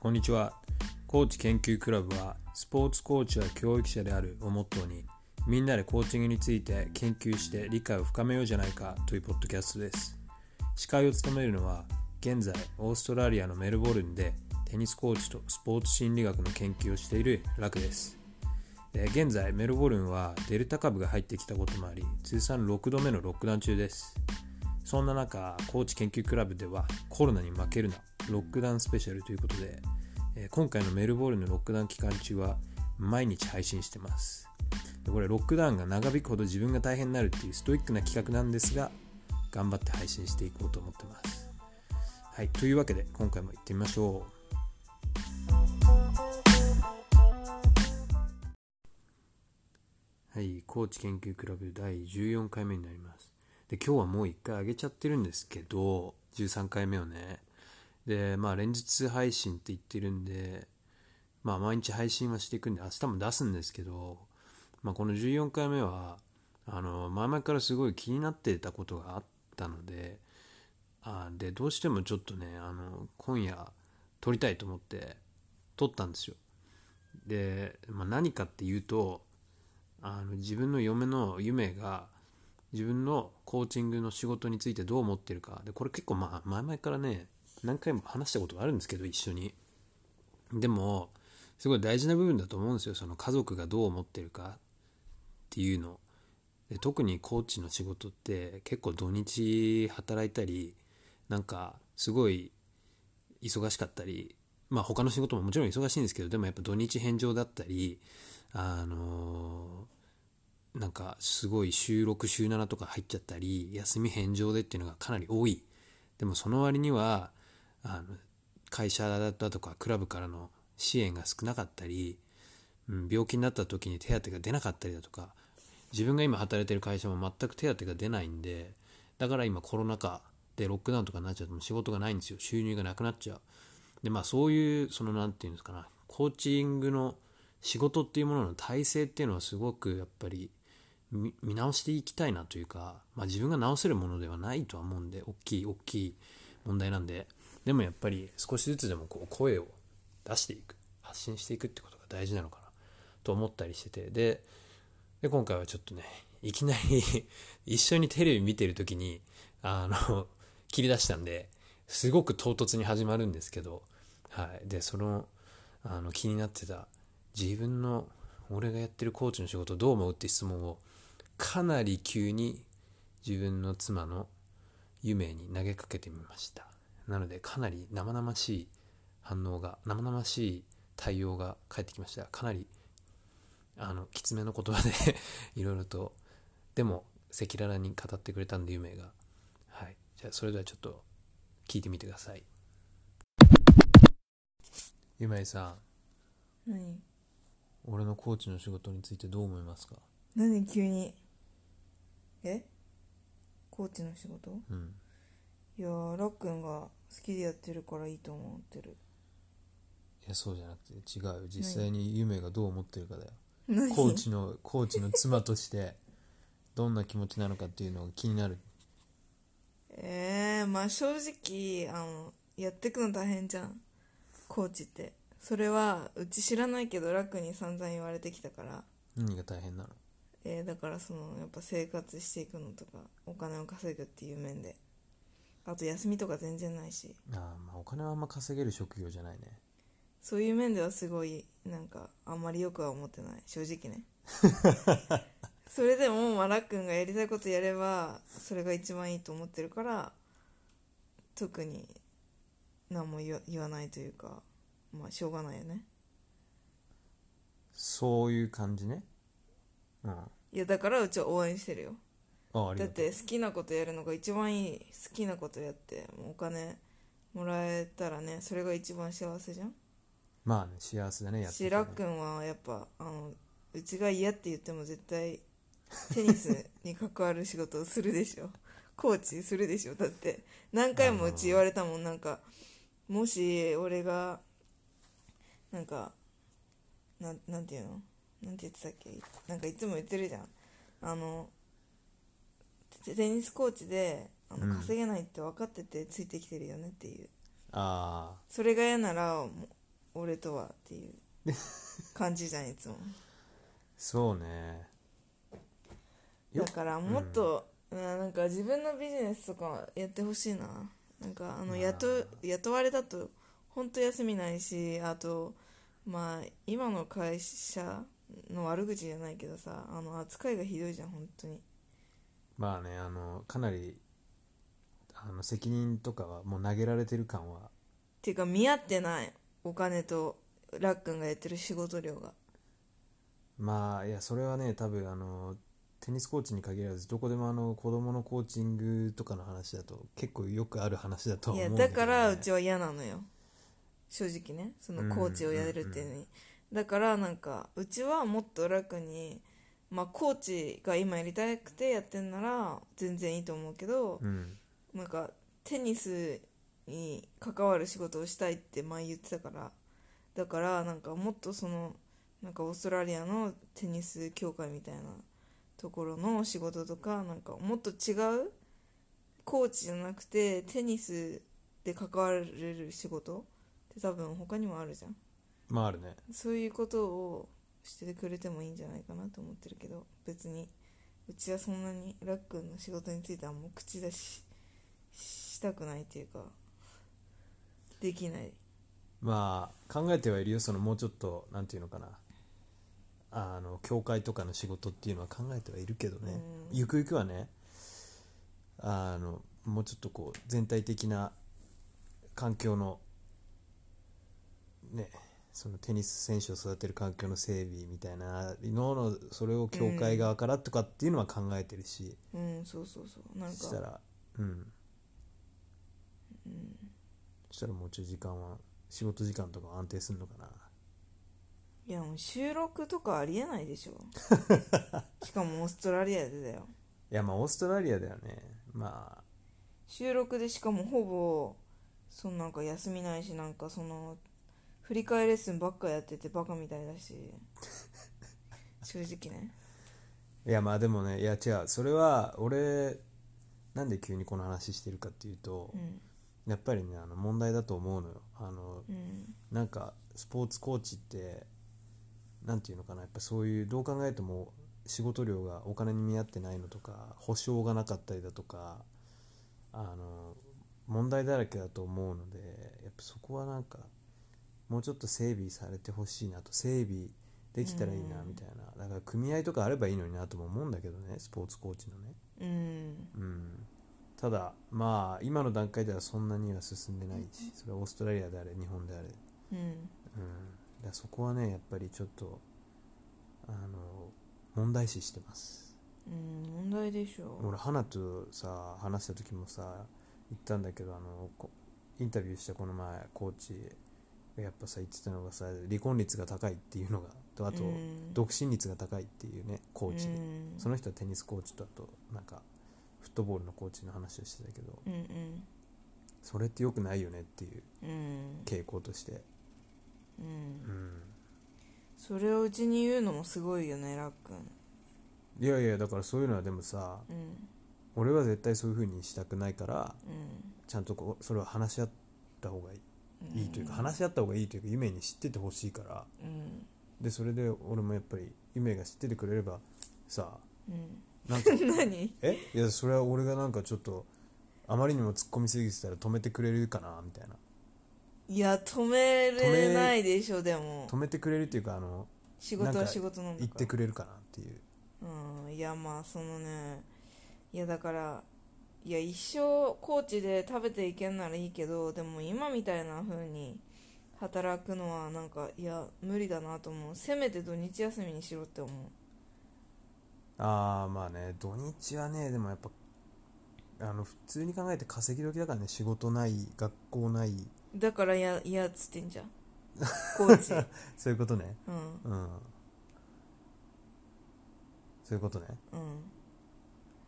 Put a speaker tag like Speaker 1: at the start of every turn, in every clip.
Speaker 1: こんにちは。コーチ研究クラブは、スポーツコーチや教育者であるをモットーに、みんなでコーチングについて研究して理解を深めようじゃないかというポッドキャストです。司会を務めるのは、現在、オーストラリアのメルボルンで、テニスコーチとスポーツ心理学の研究をしているラクです。えー現在、メルボルンはデルタ株が入ってきたこともあり、通算6度目のロックダウン中です。そんな中、高知研究クラブではコロナに負けるなロックダウンスペシャルということで、えー今回のメルボルンのロックダウン期間中は毎日配信してます。でこれロックダウンが長引くほど自分が大変になるっていうストイックな企画なんですが、頑張って配信していこうと思ってます。はい、というわけで今回も行ってみましょう。はい、高知研究クラブ第14回目になります。で、今日はもう1回上げちゃってるんですけど、13回目をね。で、まあ連日配信って言ってるんで、まあ毎日配信はしていくんで、明日も出すんですけど、まあこの14回目は、あの、前々からすごい気になってたことがあったので、あで、どうしてもちょっとね、あの、今夜撮りたいと思って撮ったんですよ。で、まあ、何かっていうとあの自分の嫁の夢が自分のコーチングの仕事についてどう思ってるかでこれ結構まあ前々からね何回も話したことがあるんですけど一緒にでもすごい大事な部分だと思うんですよその家族がどう思ってるかっていうので特にコーチの仕事って結構土日働いたりなんかすごい忙しかったり、まあ、他の仕事ももちろん忙しいんですけどでもやっぱ土日返上だったりあのーなんかすごい収録週7とか入っちゃったり休み返上でっていうのがかなり多いでもその割にはあの会社だとかクラブからの支援が少なかったり、うん、病気になった時に手当が出なかったりだとか自分が今働いてる会社も全く手当が出ないんでだから今コロナ禍でロックダウンとかになっちゃうともう仕事がないんですよ収入がなくなっちゃうでまあそういうその何て言うんですかなコーチングの仕事っていうものの体制っていうのはすごくやっぱり見見直していきたいなというか、まあ、自分が直せるものではないとは思うんで大きい大きい問題なんででもやっぱり少しずつでもこう声を出していく発信していくってことが大事なのかなと思ったりしててでで今回はちょっとねいきなり 一緒にテレビ見てる時にあの 切り出したんですごく唐突に始まるんですけど、はい、でそのあの気になってた自分の俺がやってるコーチの仕事どう思うって質問をかなり急に自分の妻の夢に投げかけてみましたなのでかなり生々しい反応が生々しい対応が返ってきましたかなりあのきつめの言葉で いろいろとでも赤裸々に語ってくれたんで夢がはいじゃあそれではちょっと聞いてみてください夢さん
Speaker 2: 何
Speaker 1: 俺のコーチの仕事についてどう思いますか
Speaker 2: なんで急にえコーチの仕事
Speaker 1: うん
Speaker 2: いやーらっくんが好きでやってるからいいと思ってる
Speaker 1: いやそうじゃなくて違うよ実際に夢がどう思ってるかだよ
Speaker 2: 何
Speaker 1: コーチのコーチの妻として どんな気持ちなのかっていうのが気になる
Speaker 2: えー、まあ正直あのやってくの大変じゃんコーチってそれはうち知らないけどらっくんに散々言われてきたから
Speaker 1: 何が大変なの
Speaker 2: えー、だからそのやっぱ生活していくのとかお金を稼ぐっていう面であと休みとか全然ないし
Speaker 1: ああまあお金はあんま稼げる職業じゃないね
Speaker 2: そういう面ではすごいなんかあんまりよくは思ってない正直 ねそれでもまあらっくんがやりたいことやればそれが一番いいと思ってるから特に何も言わ言わないというかまあしょうがないよね
Speaker 1: そういう感じねうんあ
Speaker 2: いやだからうちは応援してるよ
Speaker 1: ああり
Speaker 2: だ
Speaker 1: が
Speaker 2: っ
Speaker 1: とう
Speaker 2: て好きなことやるのが一番いい好きなことやってもうお金もらえたらねそれが一番幸せじゃん
Speaker 1: まあね幸せだねやって
Speaker 2: し
Speaker 1: てね
Speaker 2: らっくんはやっぱあのうちが嫌って言っても絶対テニスに関わる仕事をするでしょ コーチするでしょだって何回もうち言われたもんなんかもし俺がなんかなんなんていうのなんて言ってたっけなんかいつも言ってるじゃんあのテテニスコーチであ
Speaker 1: うん
Speaker 2: の稼げないって分かっててついてきてるよねっていう、
Speaker 1: ああ
Speaker 2: それが嫌ならもう俺とはっていう感じじゃんいつも
Speaker 1: そうね よ
Speaker 2: だからもっと、うんなんか自分のビジネスとかやってほしいななんかあ
Speaker 1: まあ
Speaker 2: の雇,、雇われだと本当休みないしあとまあ今の会社の悪口じゃないけどさあの扱いがひどいじゃん本当に
Speaker 1: まあねあのかなりあの責任とかはもう投げられてる感は
Speaker 2: ていうか見合ってないお金とラックンがやってる仕事量が
Speaker 1: まあいやそれはね多分あのテニスコーチに限らずどこでもあの子供のコーチングとかの話だと結構よくある話だとはい思うん
Speaker 2: や
Speaker 1: だ
Speaker 2: だ
Speaker 1: けど、ね、
Speaker 2: からうちは嫌なのよ正直ねそのコーチをやれるっていうのに、だからなんかうちはもっと楽にまあコーチが今やりたくてやってんなら全然いいと思うけど、
Speaker 1: うん
Speaker 2: なんかテニスに関わる仕事をしたいって前言ってたからだからなんかもっとそのなんかオーストラリアのテニス協会みたいなところの仕事とかなんかもっと違うコーチじゃなくてテニスで関われる仕事って多分他にもあるじゃん
Speaker 1: まああるね
Speaker 2: そういうことをしてくれてもいいんじゃないかなと思ってるけど別にうちはそんなにラックンの仕事についてはもう口出ししたくないっていうかできない
Speaker 1: まあ考えてはいるよそのもうちょっとなんていうのかなあの教会とかの仕事っていうのは考えてはいるけどね、
Speaker 2: うん
Speaker 1: ゆくゆくはねあのもうちょっとこう全体的な環境のねそのテニス選手を育てる環境の整備みたいなののそれを教会側からとかっていうのは考えてるし、
Speaker 2: うんそうそうそうなん
Speaker 1: した
Speaker 2: から
Speaker 1: うんしたらもうちょい時間は仕事時間とか安定するのかない
Speaker 2: やもう収録とかありえないでしょしかもオーストラリアでだよ
Speaker 1: いやまあオーストラリアだよねま
Speaker 2: 収録でしかもほぼそのなんか休みないしなんかその振り替えレッスンばっかやっててバカみたいだし正直ね
Speaker 1: あいやまあでもねいや違うそれは俺なんで急にこの話してるかっていうと、
Speaker 2: うん
Speaker 1: やっぱりねあの問題だと思うのよあの
Speaker 2: うん
Speaker 1: なんかスポーツコーチってなんていうのかなやっぱそういうどう考えても仕事量がお金に見合ってないのとか保証がなかったりだとかあの問題だらけだと思うのでやっぱそこはなんかもうちょっと整備されてほしいなと整備できたらいいな
Speaker 2: うん
Speaker 1: みたいなだから組合とかあればいいのになとも思うんだけどねスポーツコーチのね
Speaker 2: うん
Speaker 1: うんただまあ今の段階ではそんなには進んでないしそれはオーストラリアであれ日本であれ
Speaker 2: うん
Speaker 1: うん、だからそこはねやっぱりちょっとあの問題視してます
Speaker 2: うん問題でしょ
Speaker 1: 俺花とさ話した時もさ言ったんだけどあのこインタビューしたこの前コーチがやっぱさ言ってたのがさ離婚率が高いっていうのがとあと、
Speaker 2: うん
Speaker 1: 独身率が高いっていうねコーチ、
Speaker 2: うん
Speaker 1: その人はテニスコーチとあとなんかフットボールのコーチの話をしてたけど
Speaker 2: うんうん
Speaker 1: それって良くないよねっていう
Speaker 2: うん
Speaker 1: 傾向としてう
Speaker 2: う
Speaker 1: んん
Speaker 2: それをうちに言うのもすごいよねラックン
Speaker 1: いやいやだからそういうのはでもさ
Speaker 2: うん
Speaker 1: 俺は絶対そういう風にしたくないから
Speaker 2: うん
Speaker 1: ちゃんとこうそれは話し合った方がいい,、
Speaker 2: うん
Speaker 1: いいというか話し合った方がいいというか夢に知っててほしいから
Speaker 2: うん
Speaker 1: でそれで俺もやっぱり夢が知っててくれればさ
Speaker 2: うん
Speaker 1: なんか
Speaker 2: 何
Speaker 1: えいやそれは俺がなんかちょっとあまりにも突っ込みすぎてたら止めてくれるかなみたいない
Speaker 2: や止めれないでしょでも
Speaker 1: 止めてくれるっていうかあの
Speaker 2: 仕事は仕事なんだ
Speaker 1: 言っ
Speaker 2: から
Speaker 1: てくれるかなっていう
Speaker 2: うんいやまあそのねいやだからいや一生高知で食べていけんならいいけどでも今みたいな風に働くのはなんかいや無理だなと思うせめて土日休みにしろって思う
Speaker 1: ああまあね土日はねでもやっぱあの普通に考えて稼ぎ時だからね仕事ない学校ない
Speaker 2: だからいやいやっつってんじゃん高 知
Speaker 1: そういうことね
Speaker 2: うん
Speaker 1: うんそういうことね
Speaker 2: うん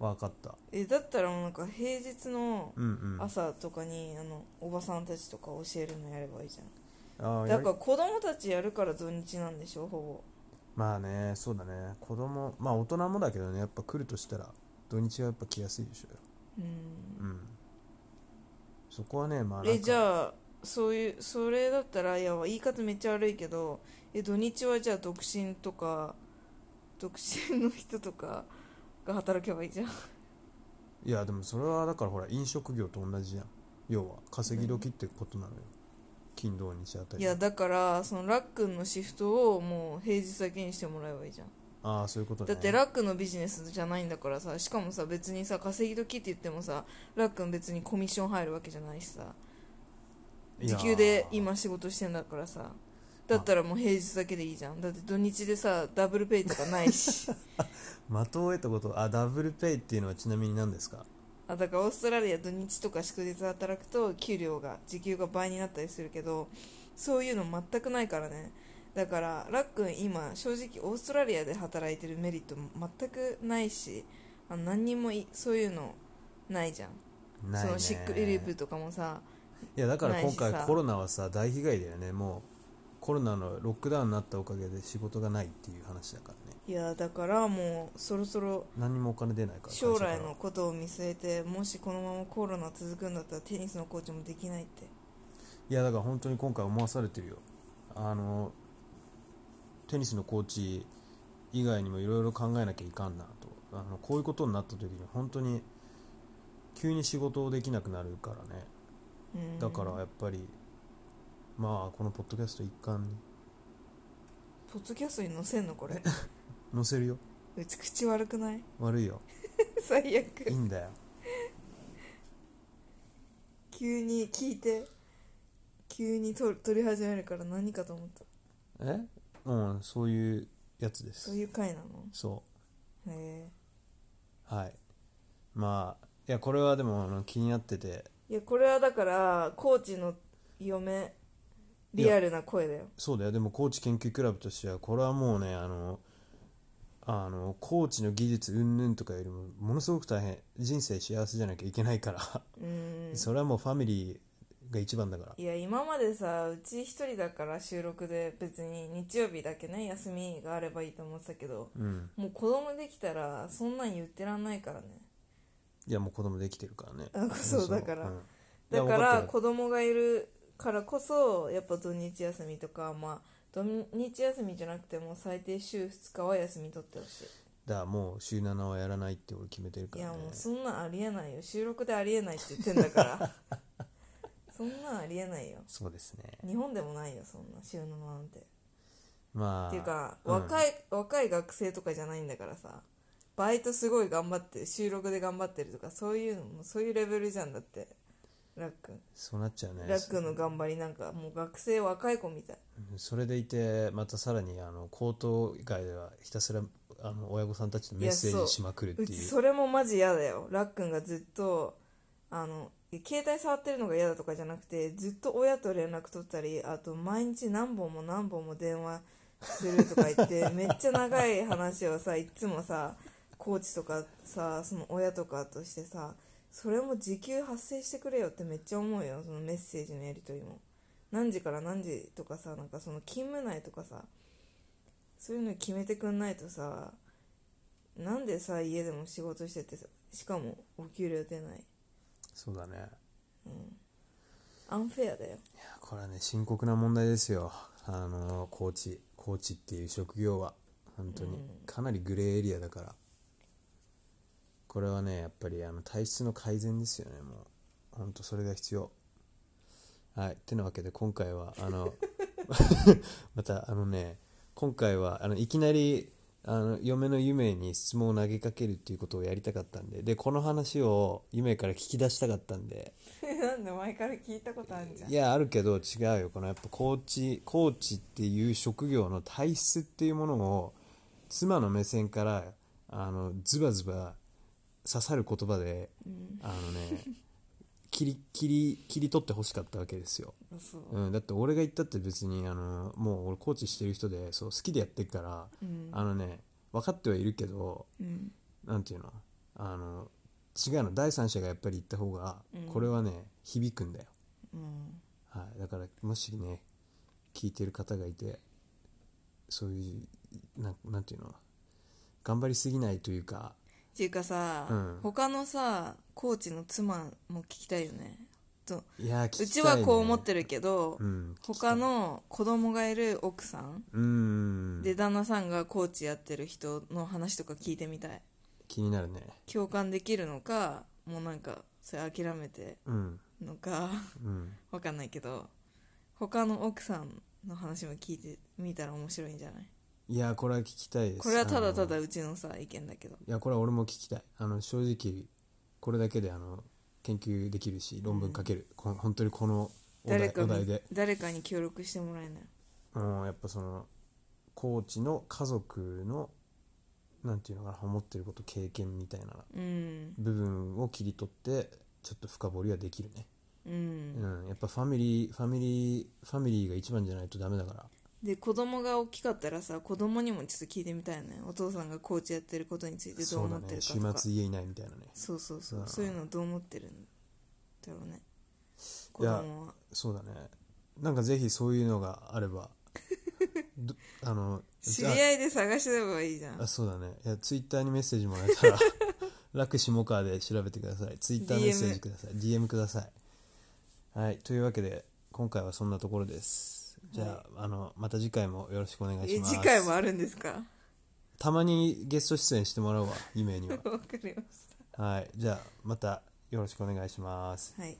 Speaker 1: 分かった
Speaker 2: えだったらもうなんか平日の
Speaker 1: うんうん
Speaker 2: 朝とかにあのおばさんたちとか教えるのやればいいじゃ
Speaker 1: ああ
Speaker 2: んだから子供たちやるから土日なんでしょほ
Speaker 1: まあねそうだね子供まあ大人もだけどねやっぱ来るとしたら土日はやっぱ来やすいでしょ
Speaker 2: ぼうん
Speaker 1: うんそこはねまあなんか
Speaker 2: えじゃあそういうそれだったらいや言い方めっちゃ悪いけどえ土日はじゃあ独身とか独身の人とかが働けばいいじゃん
Speaker 1: いやでもそれはだからほら飲食業と同じじゃん要は稼ぎ時ってことなのよ金土日あた
Speaker 2: い
Speaker 1: り
Speaker 2: やだからそのラックンのシフトをもう平日だけにしてもらえばいいじゃん
Speaker 1: ああそういうことね
Speaker 2: だってラックンのビジネスじゃないんだからさしかもさ別にさ稼ぎ時って言ってもさラックン別にコミッション入るわけじゃないしさ
Speaker 1: いや
Speaker 2: 時給で今仕事してんだからさだったらもう平日だけでいいじゃんだって土日でさダブルペイとかないし
Speaker 1: 的を得たことあダブルペイっていうのはちなみに何ですか
Speaker 2: あだからオーストラリア土日とか祝日働くと給料が時給が倍になったりするけどそういうの全くないからねだからラックン今正直オーストラリアで働いてるメリットも全くないしあの何にもいそういうのないじゃん
Speaker 1: ない
Speaker 2: そ
Speaker 1: ね
Speaker 2: のシックリリープとかもさ
Speaker 1: いやだから今
Speaker 2: ないし
Speaker 1: 回
Speaker 2: さ
Speaker 1: コロナはさ大被害だよねもうコロナのロックダウンになったおかげで仕事がないっていう話だからね
Speaker 2: いやだからもうそろそろ
Speaker 1: 何にもお金出ないから
Speaker 2: 将来
Speaker 1: 会社
Speaker 2: の
Speaker 1: か
Speaker 2: ことを見据えてもしこのままコロナ続くんだったらテニスのコーチもできないって
Speaker 1: らいやだから本当に今回思わされてるよあのテニスのコーチ以外にもいろいろ考えなきゃいかんなとあのこういうことになった時に本当に急に仕事できなくなるからね
Speaker 2: うん
Speaker 1: だからやっぱりまあこのポッドキャスト一貫に
Speaker 2: ポッドキャストに載せんのこれ
Speaker 1: 載せるよ
Speaker 2: うち口悪くない
Speaker 1: 悪いよ
Speaker 2: 最
Speaker 1: いい
Speaker 2: 悪
Speaker 1: んだよ
Speaker 2: 急に聞いて急に撮る撮り始めるから何かと思った
Speaker 1: えうんそういうやつで
Speaker 2: そう
Speaker 1: す
Speaker 2: いう回なの
Speaker 1: そ
Speaker 2: へえ
Speaker 1: うはいまあいやこれはでもあの気になってて
Speaker 2: いやこれはだからコーチの嫁リアルな声だよ
Speaker 1: そうだよでも高知研究クラブとしてはこれはもうねあのあの高知の技術云々とかよりもものすごく大変人生幸せじゃなきゃいけないから、
Speaker 2: うん
Speaker 1: それはもうファミリーが一番だから
Speaker 2: いや今までさうち一人だから収録で別に日曜日だけね休みがあればいいと思ってたけど
Speaker 1: うん
Speaker 2: もう子供できたらそんなん言ってらんないからね
Speaker 1: いやもう子供できてるからね
Speaker 2: あそうだから
Speaker 1: んいや
Speaker 2: だか
Speaker 1: わ
Speaker 2: ら
Speaker 1: ってる
Speaker 2: 子供がいるからこそやっぱ土日休みとかまあ土日休みじゃなくても最低週2日は休み取ってほし
Speaker 1: だからもう週7はやらないって俺決めてる
Speaker 2: い、
Speaker 1: か
Speaker 2: いや
Speaker 1: ら、ね、
Speaker 2: もうそんなんありえないよ収録でありえないって言ってんだから そんなんありえないよ
Speaker 1: そうですね
Speaker 2: 日本でもないよそんな週7なんて
Speaker 1: まあ
Speaker 2: っていうか、
Speaker 1: うん
Speaker 2: 若い若い学生とかじゃないんだからさバイトすごい頑張って収録で頑張ってるとかそういうのもそういうレベルじゃんだってラックン
Speaker 1: そうなっちゃうね
Speaker 2: ラックンの頑張りなんかもう学生若い子みたい
Speaker 1: それでいてまたさらにあの口頭外ではひたすらあの親御さんたちとメッセ
Speaker 2: いや
Speaker 1: ー
Speaker 2: そう
Speaker 1: ジしまくるっていう
Speaker 2: うちそれもマジ嫌だよラックンがずっとあの携帯触ってるのが嫌だとかじゃなくてずっと親と連絡取ったりあと毎日何本も何本も電話するとか言って めっちゃ長い話をさいっつもさコーチとかさその親とかとしてさそれも時給発生してくれよってめっちゃ思うよそのメッセージのやり取りも何時から何時とかさなんかその勤務内とかさそういうの決めてくんないとさなんでさ家でも仕事しててさしかもお給料出ない
Speaker 1: そうだねいや
Speaker 2: アンフェアだよ
Speaker 1: これはね深刻な問題ですよあのコーチコーチっていう職業は本当にかなりグレーエリアだからこれはねやっぱりあの体質の改善ですよねもう本当それが必要はいってなわけで今回はあのまたあのね今回はあのいきなりあの嫁の夢に質問を投げかけるっていうことをやりたかったんででこの話を夢から聞き出したかったんで
Speaker 2: なんで前から聞いたことあるじゃん
Speaker 1: いやあるけど違うよこのやっぱコーチコーチっていう職業の体質っていうものを妻の目線からあのズバズバ刺さる言葉で、あのね 切り切り切り取ってほしかったわけですよ、
Speaker 2: そう
Speaker 1: うん、だって俺が言ったって別にあのもう俺コーチしてる人でそう好きでやってるから、
Speaker 2: うん
Speaker 1: あのね分かってはいるけど
Speaker 2: うん
Speaker 1: なんていうのあの違うの第三者がやっぱり言った方が、これはね響くんだよ
Speaker 2: うん
Speaker 1: はい、だからもしね聞いてる方がいてそういうなんなんていうの頑張りすぎないというか
Speaker 2: っていうかさ、
Speaker 1: うん
Speaker 2: 他のさコーチの妻も聞きたいよねと
Speaker 1: いやー聞きた
Speaker 2: う
Speaker 1: い、ね、
Speaker 2: ちはこう思ってるけど、
Speaker 1: うん
Speaker 2: 他の子供がいる奥さん
Speaker 1: うん
Speaker 2: で旦那さんがコーチやってる人の話とか聞いてみたい
Speaker 1: 気になるね
Speaker 2: 共感できるのかもうなんかそれ諦めて
Speaker 1: うん
Speaker 2: のか
Speaker 1: うん
Speaker 2: わかんないけど他の奥さんの話も聞いてみたら面白いんじゃない
Speaker 1: いやーこれは聞きたいです
Speaker 2: これはただた
Speaker 1: あ
Speaker 2: だ
Speaker 1: の
Speaker 2: うちのさ意見だけど
Speaker 1: いやこれは俺も聞きたいあの正直これだけであの研究できるし論文書ける、この本当にこのお題
Speaker 2: 誰か
Speaker 1: お題
Speaker 2: に
Speaker 1: で
Speaker 2: 誰かに協力してもらえない
Speaker 1: うんやっぱそのコーチの家族のなんていうのかな思ってること経験みたいな
Speaker 2: うん
Speaker 1: 部分を切り取ってちょっと深掘りはできるね
Speaker 2: う、
Speaker 1: うんん、やっぱファミリーファミリーファミリーが一番じゃないとダメだから
Speaker 2: で子供が大きかったらさ子供にもちょっと聞いてみたいよねお父さんがコーチやってることについてどう
Speaker 1: そう
Speaker 2: 思
Speaker 1: だ
Speaker 2: って
Speaker 1: ね
Speaker 2: るか
Speaker 1: 週
Speaker 2: とか
Speaker 1: 末家いないみたいなね
Speaker 2: そうそうそう、
Speaker 1: うん
Speaker 2: そういうのどう思ってるんだろうね子
Speaker 1: いや
Speaker 2: 供は
Speaker 1: そうだねなんかぜひそういうのがあれ ばどあの
Speaker 2: 知り合いで探してればいいじゃん
Speaker 1: あそうだねいやツイッターにメッセージもらえ たら楽下川で調べてくださいツイッター
Speaker 2: DM
Speaker 1: メッセージください DM くださいはいというわけで今回はそんなところですじゃあ,、あのまた次回もよろしくお願いし
Speaker 2: え
Speaker 1: ます
Speaker 2: 次回もあるんですか
Speaker 1: たまにゲスト出演しても らうわ夢には
Speaker 2: わかりまし
Speaker 1: はいじゃあまたよろしくお願いします
Speaker 2: たはい